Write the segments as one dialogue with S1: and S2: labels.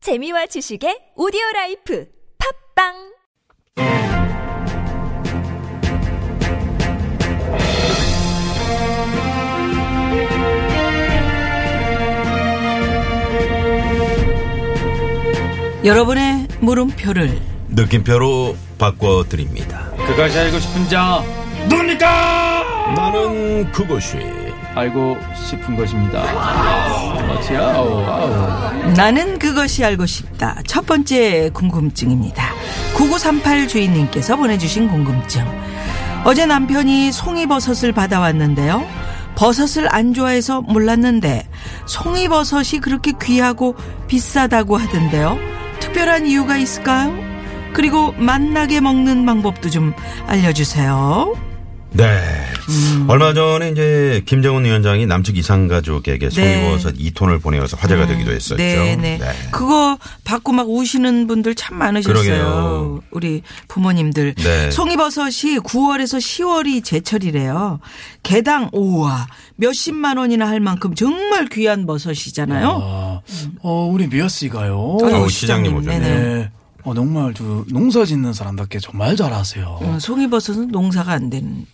S1: 재미와 지식의 오디오 라이프 팝빵
S2: 여러분의 물음표를
S3: 느낌표로 바꿔드립니다.
S4: 그것이 알고 싶은 자
S3: 나는 그것이
S4: 알고 싶은 것입니다. 어찌야?
S2: 나는 그것이 알고 싶다. 첫 번째 궁금증입니다. 9938 주인님께서 보내주신 궁금증. 어제 남편이 송이버섯을 받아왔는데요. 버섯을 안 좋아해서 몰랐는데 송이버섯이 그렇게 귀하고 비싸다고 하던데요. 특별한 이유가 있을까요? 그리고 맛나게 먹는 방법도 좀 알려주세요.
S3: 네.
S2: 음.
S3: 얼마 전에 이제 김정은 위원장이 남측 이상가족에게
S2: 네.
S3: 송이버섯 2톤을 보내어서 화제가 되기도 했었죠.
S2: 네, 네. 그거 받고 막 우시는 분들 참 많으셨어요.
S3: 그러게요.
S2: 우리 부모님들.
S3: 네.
S2: 송이버섯이 9월에서 10월이 제철이래요. 개당 오와 몇십만 원이나 할 만큼 정말 귀한 버섯이잖아요.
S5: 아, 어, 우리 미아 씨가요.
S2: 아유,
S3: 어우, 시장님 오셨네.
S2: 네네.
S5: 네. 어, 정말 저 농사 짓는 사람답게 정말 잘하세요.
S2: 어, 송이버섯은 농사가 안 되는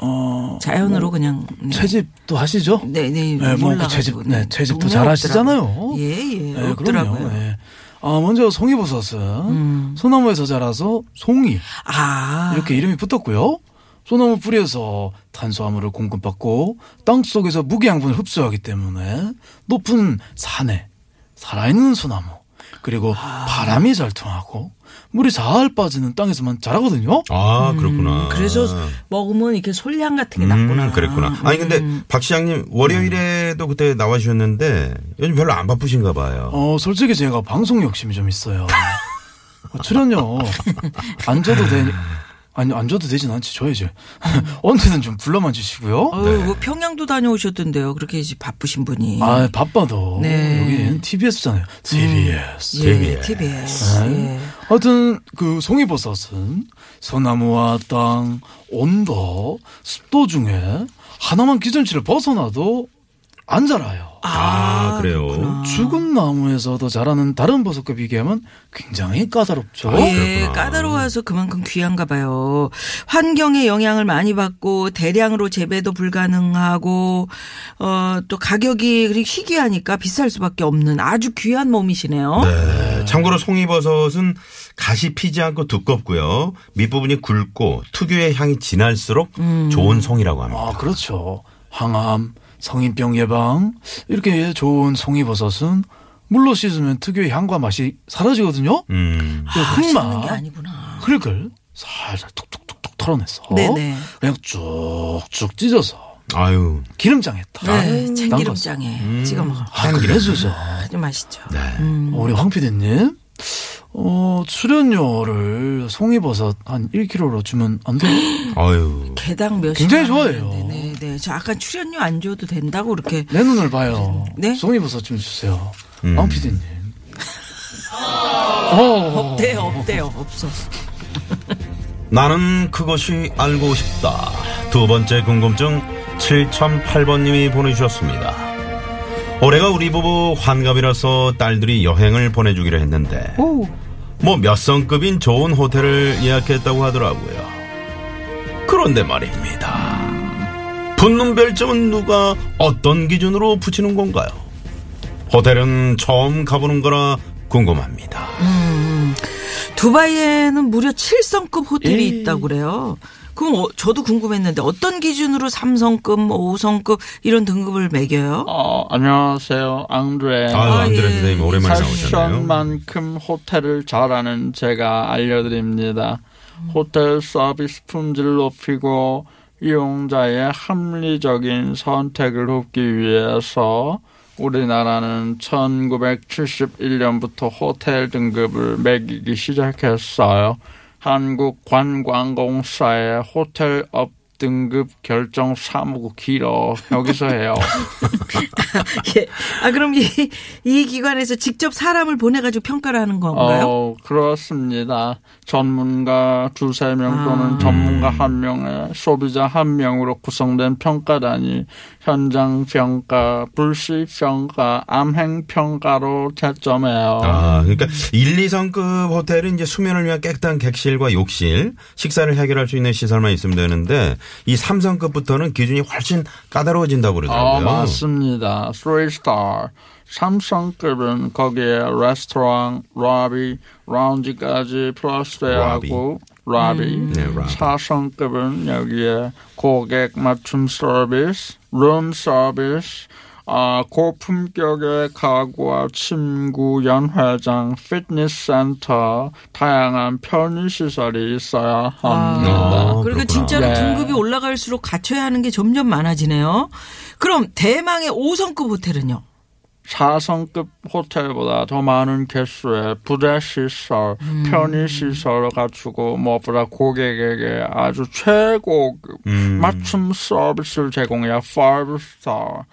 S5: 어,
S2: 자연으로 그냥 네.
S5: 채집도 하시죠?
S2: 네, 네.
S5: 네, 뭐, 그 채집,
S2: 몰라가지고,
S5: 네,
S2: 네.
S5: 채집도
S2: 너무
S5: 잘 하시잖아요.
S2: 없더라고요. 예, 예.
S5: 네,
S2: 없더라고요. 음.
S5: 그럼요. 네. 아, 먼저 송이버섯은 소나무에서 자라서 송이,
S2: 아.
S5: 이렇게 이름이 붙었고요. 소나무 뿌리에서 탄수화물을 공급받고 땅 속에서 무기양분을 흡수하기 때문에 높은 산에 살아있는 소나무 그리고
S2: 아.
S5: 바람이 잘 통하고 물이 잘 빠지는 땅에서만 자라거든요.
S3: 아, 그렇구나.
S2: 음, 그래서 먹으면 이렇게 솔향 같은 게
S3: 아. 음,
S2: 났구나. 음.
S3: 그랬구나. 아니, 근데 박 시장님 월요일에도 그때 나와 주셨는데 요즘 별로 안 바쁘신가 봐요.
S5: 어, 솔직히 제가 방송 욕심이 좀 있어요. 어, 출연료 안 줘도 되 아니 안 줘도 되진 않지 줘야지. 언제든 좀 불러만 주시고요.
S3: 네.
S2: 어유 뭐 평양도 다녀오셨던데요. 그렇게 이제 바쁘신 분이.
S5: 아 바빠도
S2: 예. 네. 음.
S5: 여기는 TBS잖아요. TBS.
S2: 예, TBS.
S3: 아.
S2: 예.
S5: 하여튼 그 송이버섯은 소나무와 땅, 온도, 습도 중에 하나만 기준치를 벗어나도 안 자라요.
S3: 아, 그래요.
S5: 죽은 나무에서도 자라는 다른 버섯과 비교하면 굉장히 까다롭죠.
S2: 예, 까다로워서 그만큼 귀한가 봐요. 환경에 영향을 많이 받고 대량으로 재배도 불가능하고 어, 또 가격이 그리고 희귀하니까 비쌀 수밖에 없는 아주 귀한 몸이시네요.
S3: 네. 참고로 송이버섯은 가시 피지 않고 두껍고요. 밑부분이 굵고 특유의 향이 진할수록
S2: 음.
S3: 좋은 송이라고 합니다.
S5: 아 그렇죠. 항암, 성인병 예방 이렇게 좋은 송이버섯은 물로 씻으면 특유의 향과 맛이 사라지거든요.
S3: 음.
S5: 그
S2: 맛있는
S5: 흙맛,
S2: 아, 게 아니구나.
S5: 흙을 살살 툭툭툭툭 털어냈어.
S2: 네네.
S5: 그냥 쭉쭉 찢어서
S3: 아유.
S5: 기름장에 딱.
S2: 네,
S5: 담갔어.
S2: 참기름장에 찍어 먹어.
S5: 아, 그래주죠.
S2: 아주 맛있죠.
S3: 네.
S2: 음.
S5: 어, 우리 황 PD님. 어, 출연료를 송이버섯 한 1kg로 주면 안 돼요?
S3: 아유.
S2: 개당 몇
S5: 굉장히
S2: 십만
S5: 좋아해요.
S2: 원인데, 네, 네. 저 아까 출연료 안 줘도 된다고 그렇게
S5: 내 눈을 봐요.
S2: 네?
S5: 송이버섯 좀 주세요. 황 PD님. 어,
S2: 네, 없대요, 없대요, 없어.
S3: 나는 그것이 알고 싶다. 두 번째 궁금증 7008번님이 보내주셨습니다. 올해가 우리 부부 환갑이라서 딸들이 여행을 보내주기로 했는데
S2: 오,
S3: 뭐 몇 성급인 좋은 호텔을 예약했다고 하더라고요. 그런데 말입니다. 붙는 별점은 누가 어떤 기준으로 붙이는 건가요? 호텔은 처음 가보는 거라 궁금합니다.
S2: 두바이에는 무려 7성급 호텔이 있다고 그래요. 그럼 어, 저도 궁금했는데 어떤 기준으로 3성급, 뭐 5성급 이런 등급을 매겨요?
S4: 어, 안녕하세요, 앙드레.
S3: 아유,
S2: 아,
S3: 안드레
S2: 예.
S3: 선생님 오랜만에 나오셨네요.
S4: 패션만큼 호텔을 잘하는 제가 알려드립니다. 호텔 서비스 품질 높이고 이용자의 합리적인 선택을 돕기 위해서 우리나라는 1971년부터 호텔 등급을 매기기 시작했어요. 한국관광공사의 호텔 업 등급 결정 사무국 길어 여기서 해요.
S2: 예. 아 그럼 이, 이 기관에서 직접 사람을 보내가지고 평가를 하는 건가요?
S4: 어, 그렇습니다. 전문가 두세 명 또는
S2: 아.
S4: 전문가 한 명에 소비자 한 명으로 구성된 평가단이 현장 평가, 불시 평가, 암행 평가로 채점해요.
S3: 아, 그러니까 1, 2성급 호텔은 이제 수면을 위한 깨끗한 객실과 욕실, 식사를 해결할 수 있는 시설만 있으면 되는데 이 3성급부터는 기준이 훨씬 까다로워진다고
S4: 아,
S3: 그러더라고요.
S4: 맞습니다. 3스타. 삼성급은 거기에 레스토랑, 라비, 라운지까지 플러스되고 라비.
S3: 네, 라비.
S4: 사성급은 여기에 고객 맞춤 서비스, 룸 서비스, 아, 고품격의 가구와 침구, 연회장, 피트니스 센터, 다양한 편의시설이 있어야 합니다.
S3: 아,
S2: 그리고
S3: 그렇구나.
S2: 그러니까 진짜로
S4: 네.
S2: 등급이 올라갈수록 갖춰야 하는 게 점점 많아지네요. 그럼 대망의 5성급 호텔은요?
S4: 4성급 호텔보다 더 많은 개수의 부대시설, 편의시설을 갖추고 무엇보다 고객에게 아주 최고급
S3: 음.
S4: 맞춤 서비스를 제공해야 5스타,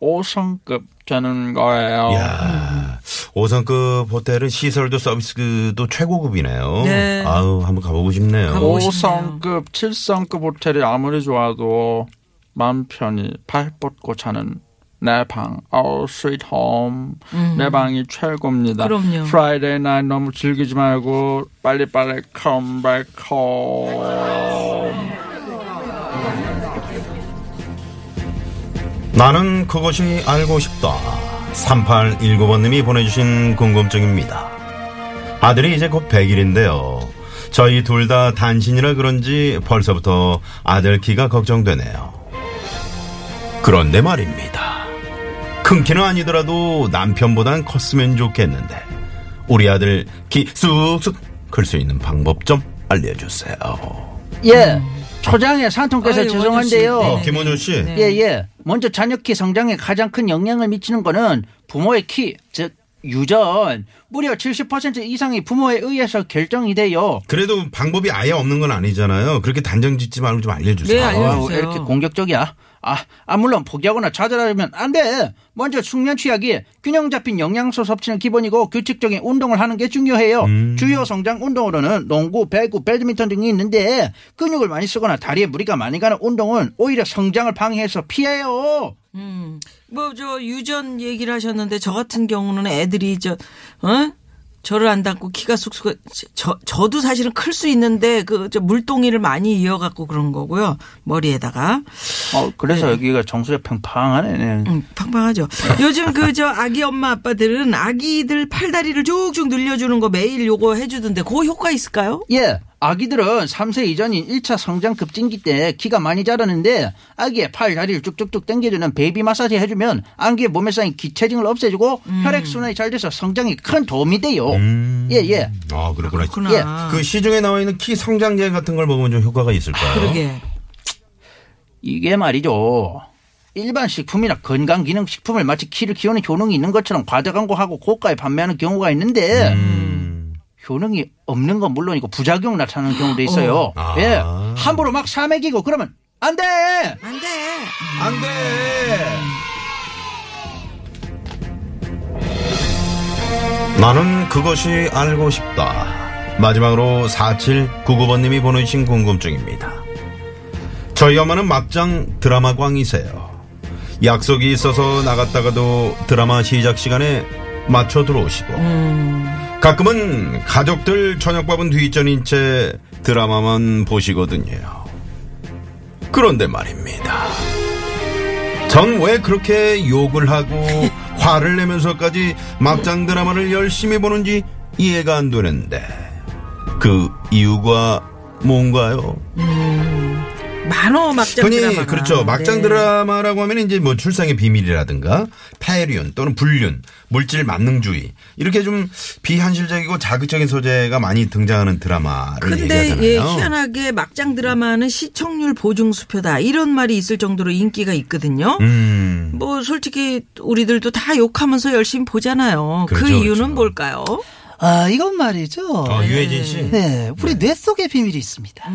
S4: 5성급 되는 거예요.
S3: 야 5성급 호텔은 시설도 서비스도 최고급이네요.
S2: 네.
S3: 아우, 한번 가보고 싶네요.
S2: 가보고 싶- 멋있네요.
S4: 5성급, 7성급 호텔이 아무리 좋아도 마음 편히 발 뻗고 자는 내 방, our sweet home. 내 방이 최고입니다.
S2: 음. 그럼요.
S4: 프라이데이 날 너무 즐기지 말고 빨리빨리 come back home.
S3: 나는 그것이 알고 싶다. 3819번님이 보내주신 궁금증입니다. 아들이 이제 곧 100일인데요. 저희 둘 다 단신이라 그런지 벌써부터 아들 키가 걱정되네요. 그런데 말입니다. 큰 키는 아니더라도 남편보단 컸으면 좋겠는데 우리 아들 키 쑥쑥 클 수 있는 방법 좀 알려주세요.
S5: 예. 초장의 상통께서
S2: 아유,
S5: 죄송한데요.
S2: 원효 씨.
S3: 어, 김원효 씨.
S2: 네.
S5: 예, 예. 먼저 자녀 키 성장에 가장 큰 영향을 미치는 거는 부모의 키, 즉, 유전. 무려 70% 이상이 부모에 의해서 결정이 돼요.
S3: 그래도 방법이 아예 없는 건 아니잖아요. 그렇게 단정 짓지 말고 좀 알려주세요.
S2: 네, 알려주세요.
S5: 아우,
S2: 알려주세요.
S5: 이렇게 공격적이야. 아, 아, 물론 포기하거나 좌절하면 안 돼. 먼저 숙면 취약이 균형 잡힌 영양소 섭취는 기본이고 규칙적인 운동을 하는 게 중요해요. 주요 성장 운동으로는 농구, 배구, 배드민턴 등이 있는데 근육을 많이 쓰거나 다리에 무리가 많이 가는 운동은 오히려 성장을 방해해서 피해요.
S2: 음. 뭐 저 유전 얘기를 하셨는데 저 같은 경우는 애들이 저 어? 저를 안 닮고 키가 쑥쑥 저 저도 사실은 클 수 있는데 그 저 물동이를 많이 이어 갖고 그런 거고요. 머리에다가
S5: 어, 그래서 여기가 정수리 평평하네. 네.
S2: 음, 팡팡하죠. 요즘 그 저 아기 엄마 아빠들은 아기들 팔다리를 쭉쭉 늘려주는 거 매일 요거 해주던데 그거 효과 있을까요?
S5: 예, 아기들은 3세 이전인 1차 성장 급진기 때 키가 많이 자라는데 아기의 팔, 다리를 쭉쭉쭉 당겨주는 베이비 마사지 해주면 아기의 몸에 쌓인 기체증을 없애주고 혈액순환이 잘 돼서 성장이 큰 도움이 돼요. 예, 예.
S3: 아, 그렇구나.
S2: 그렇구나.
S3: 그 시중에 나와 있는 키 성장제 같은 걸 먹으면 좀 효과가 있을까요?
S2: 그러게.
S5: 이게 말이죠. 일반 식품이나 건강 기능 식품을 마치 키를 키우는 효능이 있는 것처럼 과자 광고하고 고가에 판매하는 경우가 있는데
S3: 음.
S5: 효능이 없는 건 물론이고 부작용 나타나는 경우도 있어요.
S3: 아.
S5: 예, 함부로 막 사먹이고 그러면 안 돼.
S2: 안 돼.
S3: 안 돼! 나는 그것이 알고 싶다. 마지막으로 4799번님이 보내주신 궁금증입니다. 저희 엄마는 막장 드라마 광이세요. 약속이 있어서 나갔다가도 드라마 시작 시간에 맞춰 들어오시고 가끔은 가족들 저녁밥은 뒷전인 채 드라마만 보시거든요. 그런데 말입니다. 전 왜 그렇게 욕을 하고 화를 내면서까지 막장 드라마를 열심히 보는지 이해가 안 되는데 그 이유가 뭔가요?
S2: 만호 막장
S3: 흔히
S2: 드라마. 네.
S3: 그렇죠. 막장 드라마라고 하면 이제 뭐 출생의 비밀이라든가 폐륜 또는 불륜, 물질 만능주의 이렇게 좀 비현실적이고 자극적인 소재가 많이 등장하는 드라마를
S2: 근데
S3: 얘기하잖아요.
S2: 예, 희한하게 막장 드라마는 시청률 보증 수표다 이런 말이 있을 정도로 인기가 있거든요.
S3: 음.
S2: 뭐 솔직히 우리들도 다 욕하면서 열심히 보잖아요. 그
S3: 그렇죠,
S2: 이유는
S3: 그렇죠.
S2: 뭘까요?
S5: 아, 이건 말이죠.
S3: 어, 유해진 씨.
S5: 네, 우리 뇌 속에 비밀이 있습니다.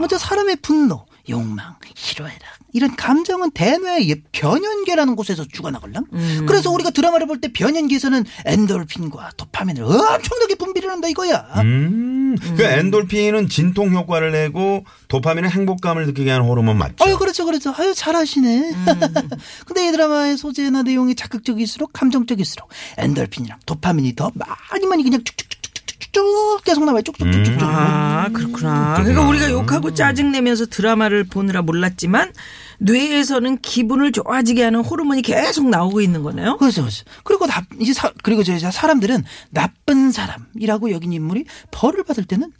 S5: 먼저 사람의 분노, 욕망, 희로애락 이런 감정은 대뇌의 변연계라는 곳에서 죽어나걸랑. 그래서 우리가 드라마를 볼 때 변연계에서는 엔돌핀과 도파민을 엄청나게 분비를 한다 이거야.
S3: 음. 그 엔돌핀은 진통 효과를 내고 도파민은 행복감을 느끼게 하는 호르몬 맞죠?
S5: 아유 그렇죠 그렇죠 아유 잘하시네 근데 이 드라마의 소재나 내용이 자극적일수록 감정적일수록 엔돌핀이랑 도파민이 더 많이 많이 그냥 쭉쭉쭉쭉쭉 계속 나와요 쭉쭉쭉쭉쭉
S3: 음,
S2: 아, 그렇구나. 그러니까 우리가 욕하고 짜증내면서 드라마를 보느라 몰랐지만 뇌에서는 기분을 좋아지게 하는 호르몬이 계속 나오고 있는 거네요.
S5: 그렇죠 그렇죠 그리고 나, 이제 사, 그리고 저, 저 사람들은 나쁜 사람이라고 여긴 인물이 벌을 받을 때는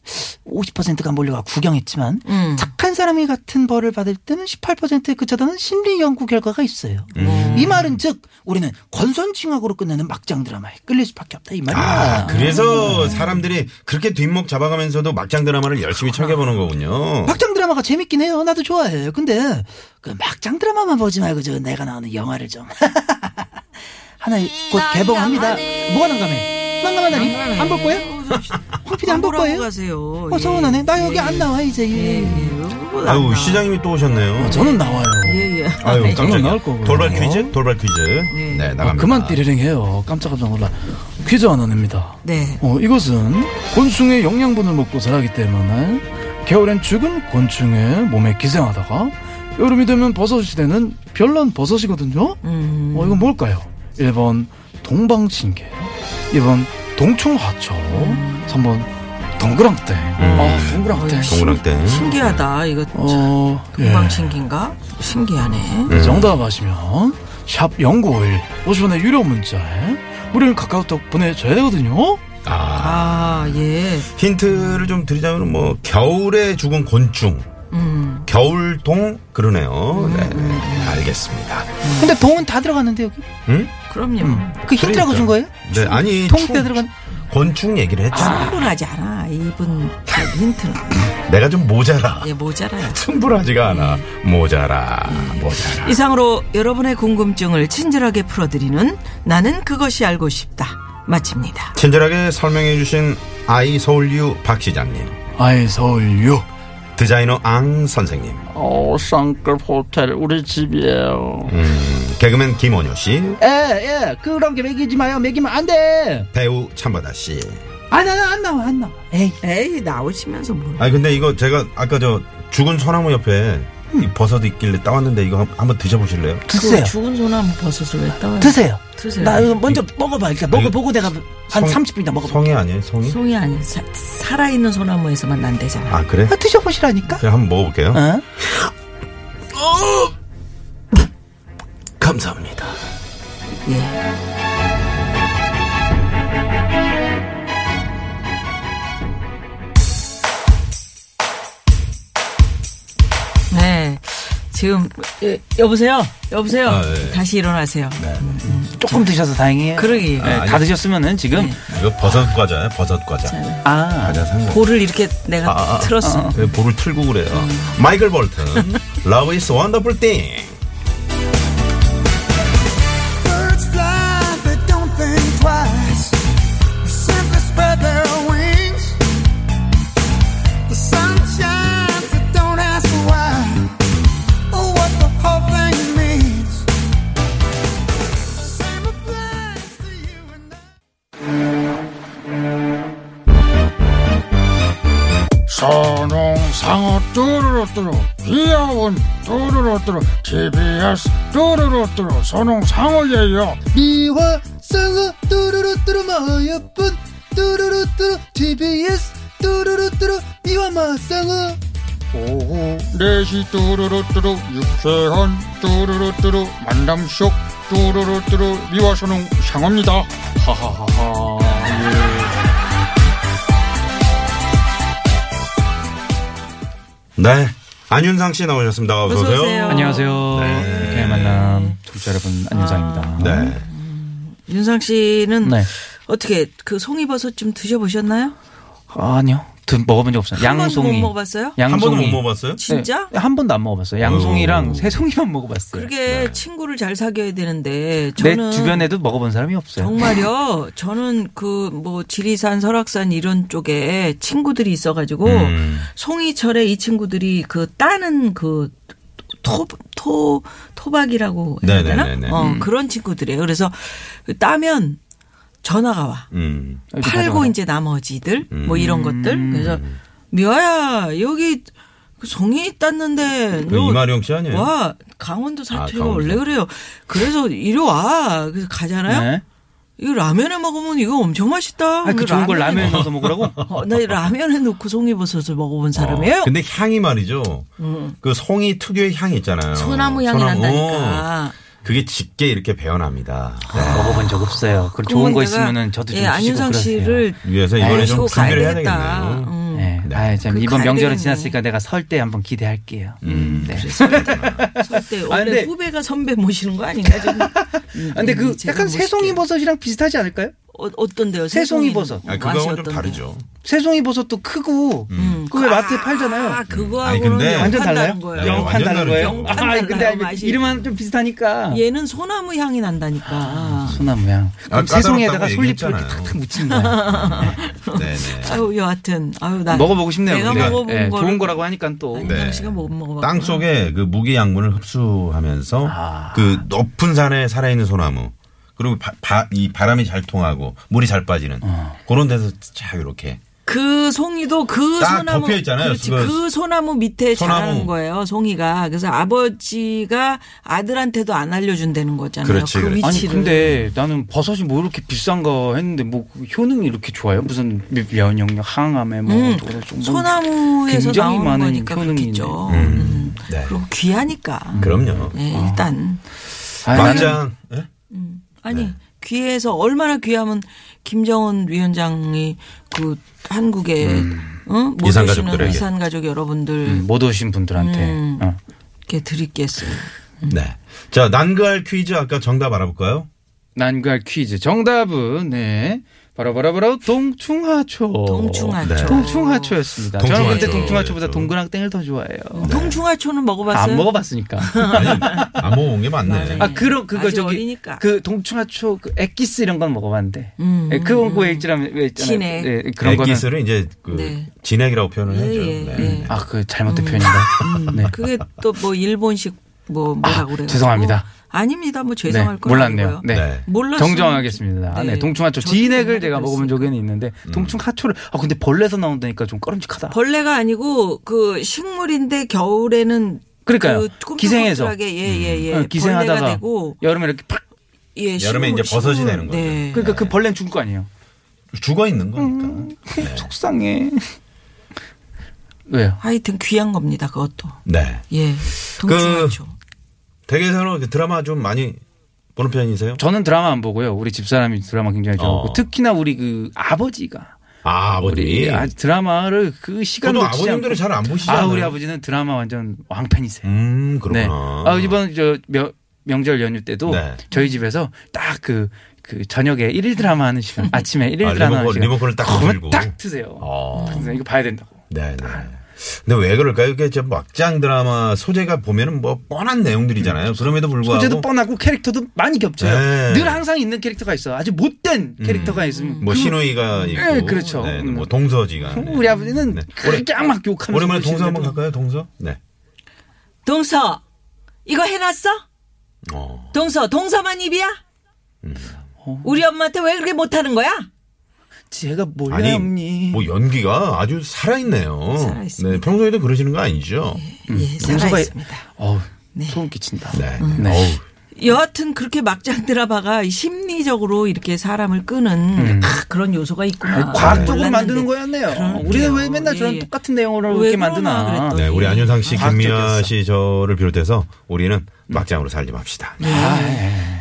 S5: 50%가 몰려가 구경했지만
S2: 음.
S5: 착한 사람이 같은 벌을 받을 때는 18%에 그쳐다는 심리 연구 결과가 있어요
S2: 음.
S5: 이 말은 즉 우리는 권선징악으로 끝내는 막장 드라마에 끌릴 수밖에 없다 이 말이야
S3: 아, 그래서 사람들이 그렇게 뒷목 잡아가면서도 막장 드라마를 열심히 챙겨보는 거군요.
S5: 막장 드라마가 재밌긴 해요. 나도 좋아해. 근데 그 막장 드라마만 보지 말고 저 내가 나오는 영화를 좀 하나 곧 개봉합니다. 뭐가 난감해? 난감하다니? 안 볼 거야? 황 PD 안볼
S2: 보라고
S5: 거예요?
S2: 가세요.
S5: 어 서운하네. 나 여기 안 나와 이제. 예.
S3: 아유 시장님이 또
S5: 어,
S3: 오셨네요.
S6: 저는 나와요.
S2: 뭐 예, 예.
S3: 아유 깜짝이야.
S6: 저는 나올 거고요.
S3: 돌발 퀴즈? 돌발 퀴즈.
S2: 네.
S3: 네
S6: 아,
S3: 나갑니다.
S6: 그만 띠리링해요. 깜짝깜짝 놀라. 퀴즈 하나 냅니다.
S2: 네.
S6: 어, 이것은 곤충의 영양분을 먹고 자라기 때문에 겨울엔 죽은 곤충의 몸에 기생하다가 여름이 되면 버섯이 되는 별난 버섯이거든요.
S2: 음.
S6: 어, 이건 뭘까요? 1번 동방신개, 2번 동충하초, 3번 동그랑땡.
S3: 음. 어.
S6: 아, 동그랑땡.
S3: 동그랑 땡.
S2: 신기하다. 이거
S6: 어, 예.
S2: 금방신기인가? 신기하네.
S6: 네, 정답 아시면 샵 0951 50원의 유료 문자에 우리는 카카오톡 보내줘야 되거든요.
S3: 아
S2: 아, 예.
S3: 힌트를 좀 드리자면 뭐 겨울에 죽은 곤충. 겨울동 그러네요. 네, 네, 알겠습니다.
S5: 근데 동은 다 들어갔는데 여기.
S3: 응?
S2: 그럼요.
S5: 그 힌트라고 준 거예요?
S3: 네 아니
S5: 통
S3: 추-
S5: 때 들어간.
S3: 곤충 얘기를 했잖아.
S2: 충분하지 않아. 이분 그 힌트는.
S3: 내가 좀 모자라.
S2: 예, 모자라요.
S3: 충분하지가 않아. 모자라 모자라.
S2: 이상으로 여러분의 궁금증을 친절하게 풀어드리는 나는 그것이 알고 싶다. 마칩니다.
S3: 친절하게 설명해주신 아이 서울유 박 시장님,
S6: 아이 서울유.
S3: 디자이너 앙 선생님,
S4: 어, 쌍급 호텔 우리 집이에요.
S3: 음, 개그맨 김원효 씨,
S5: 예예 그런 게 먹이지 마요. 먹이면 안 돼.
S3: 배우 참바다 씨.
S5: 안안안 나와 안 나와. 에이.
S2: 에이, 나오시면서 뭘.
S3: 아 근데 이거 제가 아까 저 죽은 소나무 옆에 이 버섯 있길래 따왔는데 이거 한- 한번 드셔보실래요?
S5: 드세요.
S2: 그 죽은 소나무 버섯을 왜 따와요?
S5: 드세요.
S2: 드세요.
S5: 나 이거 먼저 먹어봐. 일단 먹어보고
S7: 네.
S5: 내가 한
S3: 성-
S5: 30분 있다 먹어봐.
S3: 송이 아니에요? 송이?
S2: 송이 아니 사, 살아있는 소나무에서만 난대잖아.
S3: 아 그래?
S5: 아, 드셔보시라니까.
S3: 제가 한번 먹어볼게요.
S5: 어?
S3: 감사합니다.
S2: 예. 네. 지금 예, 여보세요. 여보세요.
S3: 아, 예.
S2: 다시 일어나세요.
S5: 조금 드셔서 다행이에요. 네.
S2: 그러기
S3: 아, 네.
S5: 다 드셨으면은 지금
S3: 이거 버섯 과자예요? 버섯 과자.
S2: 네.
S5: 아
S3: 과자 상
S2: 볼을 이렇게 내가
S3: 아, 아,
S2: 틀었어.
S3: 왜 볼을 틀고 그래요.
S2: 음.
S3: 마이클 볼튼, Love is Wonderful Thing.
S8: Birds fly, but don't think twice. They simply spread their wings. The sun shines, but don't ask why. Or what the whole thing means. Same applies to you and I.
S4: 선홍 상어 뚜루루 뚜루 귀여운 뚜루루 뚜루 TBS 뚜루루 뚜루 선홍 상어예요.
S5: 미워 쌍어 뚜루루 뚜루 마여쁜 뚜루루 뚜루 TBS 뚜루루 뚜루 미워 마쌍어
S4: 오후 4시 뚜루루 뚜루 유쾌한 뚜루루 뚜루 만남 속 뚜루루 뚜루 미화 선홍 상어입니다. 하하하하. 예.
S3: 네. 안윤상 씨 나오셨습니다. 어서
S2: 어서
S3: 오세요.
S2: 오세요.
S7: 안녕하세요.
S3: 네.
S7: 이렇게 만남 청취자 여러분 안녕상입니다.
S3: 네.
S2: 윤상 씨는
S7: 아. 네.
S2: 어떻게 그 송이버섯 좀 드셔보셨나요?
S7: 아, 아니요. 드- 먹어본 적 없어요.
S2: 한 번도 못
S7: 양송이.
S2: 먹어봤어요?
S3: 한 번도 못
S7: 양송이.
S3: 먹어봤어요?
S2: 진짜?
S7: 네, 한 번도 안 먹어봤어요. 양송이랑
S3: 오.
S7: 새송이만 먹어봤어요.
S2: 그렇게
S3: 네.
S2: 친구를 잘 사귀어야 되는데
S7: 내
S2: 저는
S7: 주변에도 먹어본 사람이
S3: 네.
S7: 없어요.
S2: 정말요. 저는 그 뭐 지리산, 설악산 이런 쪽에 친구들이 있어가지고
S3: 음.
S2: 송이철에 이 친구들이 그 따는 그 토, 토, 토박이라고 해야 되나?
S3: 네네네네.
S2: 어, 그런 친구들이에요. 그래서 따면 전화가 와.
S3: 음.
S2: 팔고 이제 나머지들 뭐 이런 것들. 그래서 미화야 여기 그 송이 땄는데
S3: 그
S2: 너
S3: 이마령 씨
S7: 예.
S3: 아니에요?
S2: 음. 와 강원도 사투리가
S3: 강원도.
S2: 원래 그래요. 그래서 이리 와 그래서 가잖아요.
S7: 네.
S2: 이거 라면에 먹으면 이거 엄청 맛있다.
S7: 아, 그
S2: 이거
S7: 좋은 걸
S2: 라면에
S7: 라면에 넣어서 먹으라고?
S2: 어, 나 라면에 넣고 송이버섯을 먹어본 사람이에요. 음.
S3: 어, 근데 향이 말이죠. 그 송이 특유의 향이 있잖아요.
S7: 어,
S2: 소나무 향이
S3: 소나무.
S2: 난다니까.
S3: 어, 그게 짙게 이렇게 배어납니다. 네.
S7: 먹어본 적 없어요. 그 좋은 거 있으면은 저도 좀
S2: 예, 안윤상
S7: 주시고 그러세요.
S2: 씨를
S3: 위해서 이번에
S2: 데리고
S3: 좀
S2: 가야
S3: 준비를 해야
S2: 되겠다.
S3: 되겠네요.
S2: 음.
S7: 네.
S3: 네.
S7: 아, 참
S2: 그
S7: 이번 명절은
S2: 갈등이네.
S7: 지났으니까 내가 설 때 한번 기대할게요.
S2: 아,
S3: 음.
S7: 네.
S2: 그때 원래
S7: 아, 근데-
S2: 후배가 선배 모시는 거 아닌가? 좀. 음,
S7: 근데 그
S2: 제가
S7: 약간
S2: 모실게요.
S7: 새송이 버섯이랑 비슷하지 않을까요?
S2: 어, 어떤데요?
S7: 새송이
S2: 새송이는 뭐
S7: 버섯.
S3: 아,
S2: 맛이
S3: 그거하고는 좀
S2: 어떤데요?
S3: 다르죠.
S7: 새송이 버섯도 크고
S3: 음.
S7: 그거 왜 마트에 팔잖아요.
S2: 아,
S3: 아니,
S2: 그거하고는
S3: 근데
S7: 완전 달라요?
S3: 네,
S2: 거예요.
S3: 영판
S7: 영판
S3: 완전
S7: 다른 거예요?
S3: 다르죠.
S7: 아,
S2: 영판
S7: 근데
S2: 달라요, 예. 맛이.
S7: 이름은 좀 비슷하니까.
S2: 얘는 소나무 향이 난다니까.
S7: 소나무야.
S3: 아,
S7: 그럼 새송이에다가
S3: 까다롭다고
S7: 솔잎을 이렇게
S3: 얘기했잖아요.
S7: 탁탁 묻힌 거야.
S3: 네네.
S2: 아유, 여하튼 아유 나
S7: 먹어보고 싶네요.
S2: 내가
S7: 근데.
S2: 먹어본
S7: 예,
S2: 거를-
S7: 좋은 거라고 하니까 또.
S2: 아니,
S3: 네.
S2: 당 씨가 못 먹어.
S3: 땅 속에 그 무기 양분을 흡수하면서 그 높은 산에 살아있는 소나무 그리고 바, 바- 이 바람이 잘 통하고 물이 잘 빠지는 그런 데서 자 이렇게
S2: 그 송이도 그
S3: 딱
S2: 소나무
S3: 덮여 있잖아요.
S2: 그렇지.
S3: 그거-
S2: 그 소나무 밑에
S3: 소나무.
S2: 자라는 거예요. 송이가. 그래서 아버지가 아들한테도 안 알려준다는 거잖아요.
S3: 그렇지,
S2: 그
S3: 그렇지.
S2: 위치를.
S7: 아니 근데 나는 버섯이 뭐 이렇게 비싼 거 했는데 뭐 효능이 이렇게 좋아요? 무슨 면역력 항암에 뭐
S2: 음,
S7: 어쩌고 저쩌고 뭐
S2: 소나무에서
S7: 굉장히
S2: 나오는
S7: 많은
S2: 거니까
S7: 효능이
S2: 그렇겠죠.
S7: 있네.
S2: 음.
S3: 네.
S2: 그리고 귀하니까.
S3: 그럼요.
S2: 예, 일단
S7: 아, 나는
S3: 막장 예?
S2: 아니
S7: 네.
S2: 귀해서 얼마나 귀하면 김정은 위원장이 그 한국에
S7: 음.
S2: 응? 못
S3: 이산
S2: 오시는
S3: 가족들에게.
S2: 이산 가족 여러분들
S7: 못 오신 분들한테
S2: 음.
S7: 어.
S2: 이렇게 드리겠어요.
S3: 네. 자 난그알 퀴즈 아까 정답 알아볼까요?
S7: 난갈 퀴즈 정답은 네 바로 바로 바로 동충하초.
S2: 동충하초.
S3: 네.
S7: 동충하초였습니다. 저는
S3: 동충하초.
S7: 근데 동충하초보다
S3: 그렇죠.
S7: 동그랑땡을 더 좋아해요.
S2: 어, 동충하초는 먹어봤어요?
S7: 안 먹어봤으니까.
S3: 아니 안 먹은 게 맞네.
S7: 아 그런 그거
S2: 아직
S7: 저기
S2: 어리니까.
S7: 그 동충하초 그 액기스 이런 건 먹어봤는데
S2: 음,
S7: 예, 그건 그 액기스라면 왜 있잖아요.
S2: 진액.
S7: 예,
S3: 그런
S7: 그런 거는
S3: 액기스를 이제 그
S2: 네.
S3: 진액이라고 표현을
S2: 예,
S3: 해죠.
S2: 예,
S3: 네.
S2: 예.
S7: 아 그 잘못된 표현인가? 네. 아,
S2: 그게 또 뭐 일본식 뭐 뭐라고 그래요?
S7: 죄송합니다.
S2: 아닙니다. 뭐 죄송할
S7: 네,
S2: 거
S7: 몰랐네요.
S2: 아니고요.
S7: 네.
S3: 네.
S2: 몰랐어요.
S7: 정정하겠습니다. 네,
S2: 네.
S7: 동충하초
S2: 저도
S7: 진액을
S2: 몰랐어요.
S7: 제가 먹어본 적은 있는데 동충하초를 아 근데 벌레에서 나온다니까 좀 꺼름직하다.
S2: 벌레가 아니고 그 식물인데 겨울에는
S7: 그러니까요. 기생해서.
S2: 예예예
S7: 어,
S2: 벌레가
S7: 기생하다가
S2: 되고
S7: 여름에 이렇게 팍
S2: 예,
S3: 음. 여름에 이제 버섯이 되는 거죠.
S2: 네.
S7: 그러니까 그 벌레는 죽을 거 아니에요.
S3: 죽어 있는 거니까. 네.
S7: 속상해. 왜요?
S2: 네. 하여튼 귀한 겁니다. 그것도
S3: 네.
S2: 예 동충하초.
S3: 댁에서는 그 드라마 좀 많이 보는 편이세요?
S7: 저는 드라마 안 보고요. 우리 집사람이 드라마 굉장히 좋아하고
S3: 어.
S7: 특히나 우리 그 아버지가
S3: 아, 아버지.
S7: 우리 아, 드라마를 그 시간도
S3: 저도 아버님들은 잘 안 보시잖아요.
S7: 아 우리 아버지는 드라마 완전 왕팬이세요.
S3: 음,
S7: 네.
S3: 그렇구나.
S7: 아, 이번 저 명, 명절 연휴 때도
S3: 네.
S7: 저희 집에서 딱 그 그 저녁에 일일 드라마 하는 시간, 아침에 일일
S3: 아,
S7: 드라마 하는
S3: 리모컨-
S7: 시간.
S3: 리모컨을 딱
S7: 그걸
S3: 들고.
S7: 딱 아. 트세요.
S3: 어.
S7: 그래서 이거 봐야 된다고.
S3: 네, 네. 근데 왜 그럴까요? 이게 저 막장 드라마 소재가 보면은 뭐 뻔한 내용들이잖아요. 그럼에도 불구하고
S7: 음. 소재도 뻔하고 캐릭터도 많이 겹쳐요.
S3: 네.
S7: 늘 항상 있는 캐릭터가 있어. 아주 못된 캐릭터가 있으면
S3: 뭐
S7: 그-
S3: 신우이가 있고,
S7: 예, 그렇죠.
S3: 네,
S7: 음.
S3: 뭐 동서지가. 네.
S7: 우리 아버지는
S3: 네.
S7: 그렇게 막 욕하면서
S3: 오랜만에 동서 한번
S7: 보시는데도
S3: 갈까요? 동서? 네.
S2: 동서 이거 해놨어?
S3: 어.
S2: 동서 동서만 입이야?
S3: 음.
S2: 우리 엄마한테 왜 그렇게 못하는 거야?
S7: 제가 몰라요,
S3: 아니,
S7: 언니.
S3: 뭐 연기가 아주 살아있네요.
S2: 살아있습니다.
S3: 네, 평소에도 그러시는 거 아니죠?
S2: 예
S7: 동서가
S2: 살아있습니다.
S7: 어우, 소름 끼친다.
S3: 네.
S7: 네.
S3: 어우,
S2: 여하튼 그렇게 막장 드라마가 심리적으로 이렇게 사람을 끄는
S3: 음.
S2: 아, 그런 요소가 있구나.
S7: 과학적으로
S2: 몰랐는데.
S7: 만드는 거였네요. 우리는 왜 맨날
S2: 예, 예.
S7: 저런 똑같은 내용으로
S2: 왜
S7: 이렇게
S2: 그러나
S7: 만드나.
S2: 그랬더니.
S3: 네, 우리 안윤상 씨, 김미아
S7: 과학적이었어.
S3: 씨 저를 비롯해서 우리는 막장으로 살지 맙시다.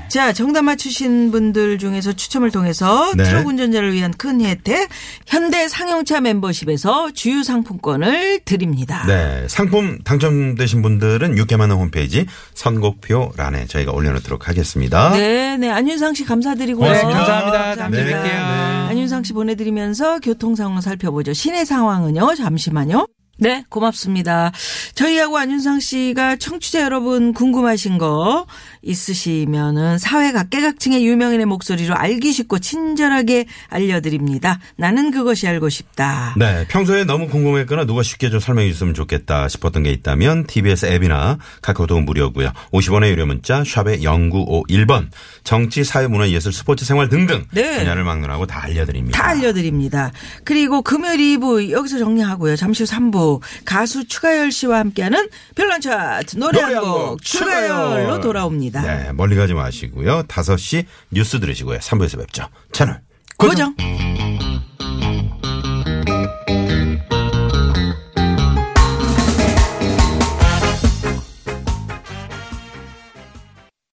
S2: 자, 정답 맞추신 분들 중에서 추첨을 통해서
S3: 네.
S2: 트럭 운전자를 위한 큰 혜택 현대 상용차 멤버십에서 주유 상품권을 드립니다.
S3: 네. 상품 당첨되신 분들은 6개만원 홈페이지 선곡표란에 저희가 올려놓도록 하겠습니다.
S2: 네, 네, 안윤상 씨 감사드리고요.
S3: 고맙습니다.
S7: 감사합니다.
S3: 네,
S7: 다음에 뵐게요.
S3: 네.
S2: 안윤상 윤상 씨 보내드리면서 교통 상황 살펴보죠. 시내 상황은요. 잠시만요. 네, 고맙습니다. 저희하고 안윤상 씨가 청취자 여러분 궁금하신 거 있으시면은 사회 각계각층의 유명인의 목소리로 알기 쉽고 친절하게 알려드립니다. 나는 그것이 알고 싶다.
S3: 네, 평소에 너무 궁금했거나 누가 쉽게 좀 설명해 줬으면 좋겠다 싶었던 게 있다면 TBS 앱이나 카카오톡 무료고요. 50원의 유료 문자 샵의 0951번 정치, 사회, 문화, 예술, 스포츠, 생활 등등
S2: 네.
S3: 분야를 막론하고 다 알려드립니다.
S2: 다 알려드립니다. 그리고 금요일 2부 여기서 정리하고요. 잠시 후 3부 가수 추가열 씨와 함께하는 별난 차트 노래
S3: 노래 한
S2: 한 곡
S3: 곡 추가열.
S2: 추가열로 돌아옵니다.
S3: 네, 멀리 가지 마시고요. 5시 뉴스 들으시고요. 3부에서 뵙죠. 채널
S2: 고정.
S3: 고정.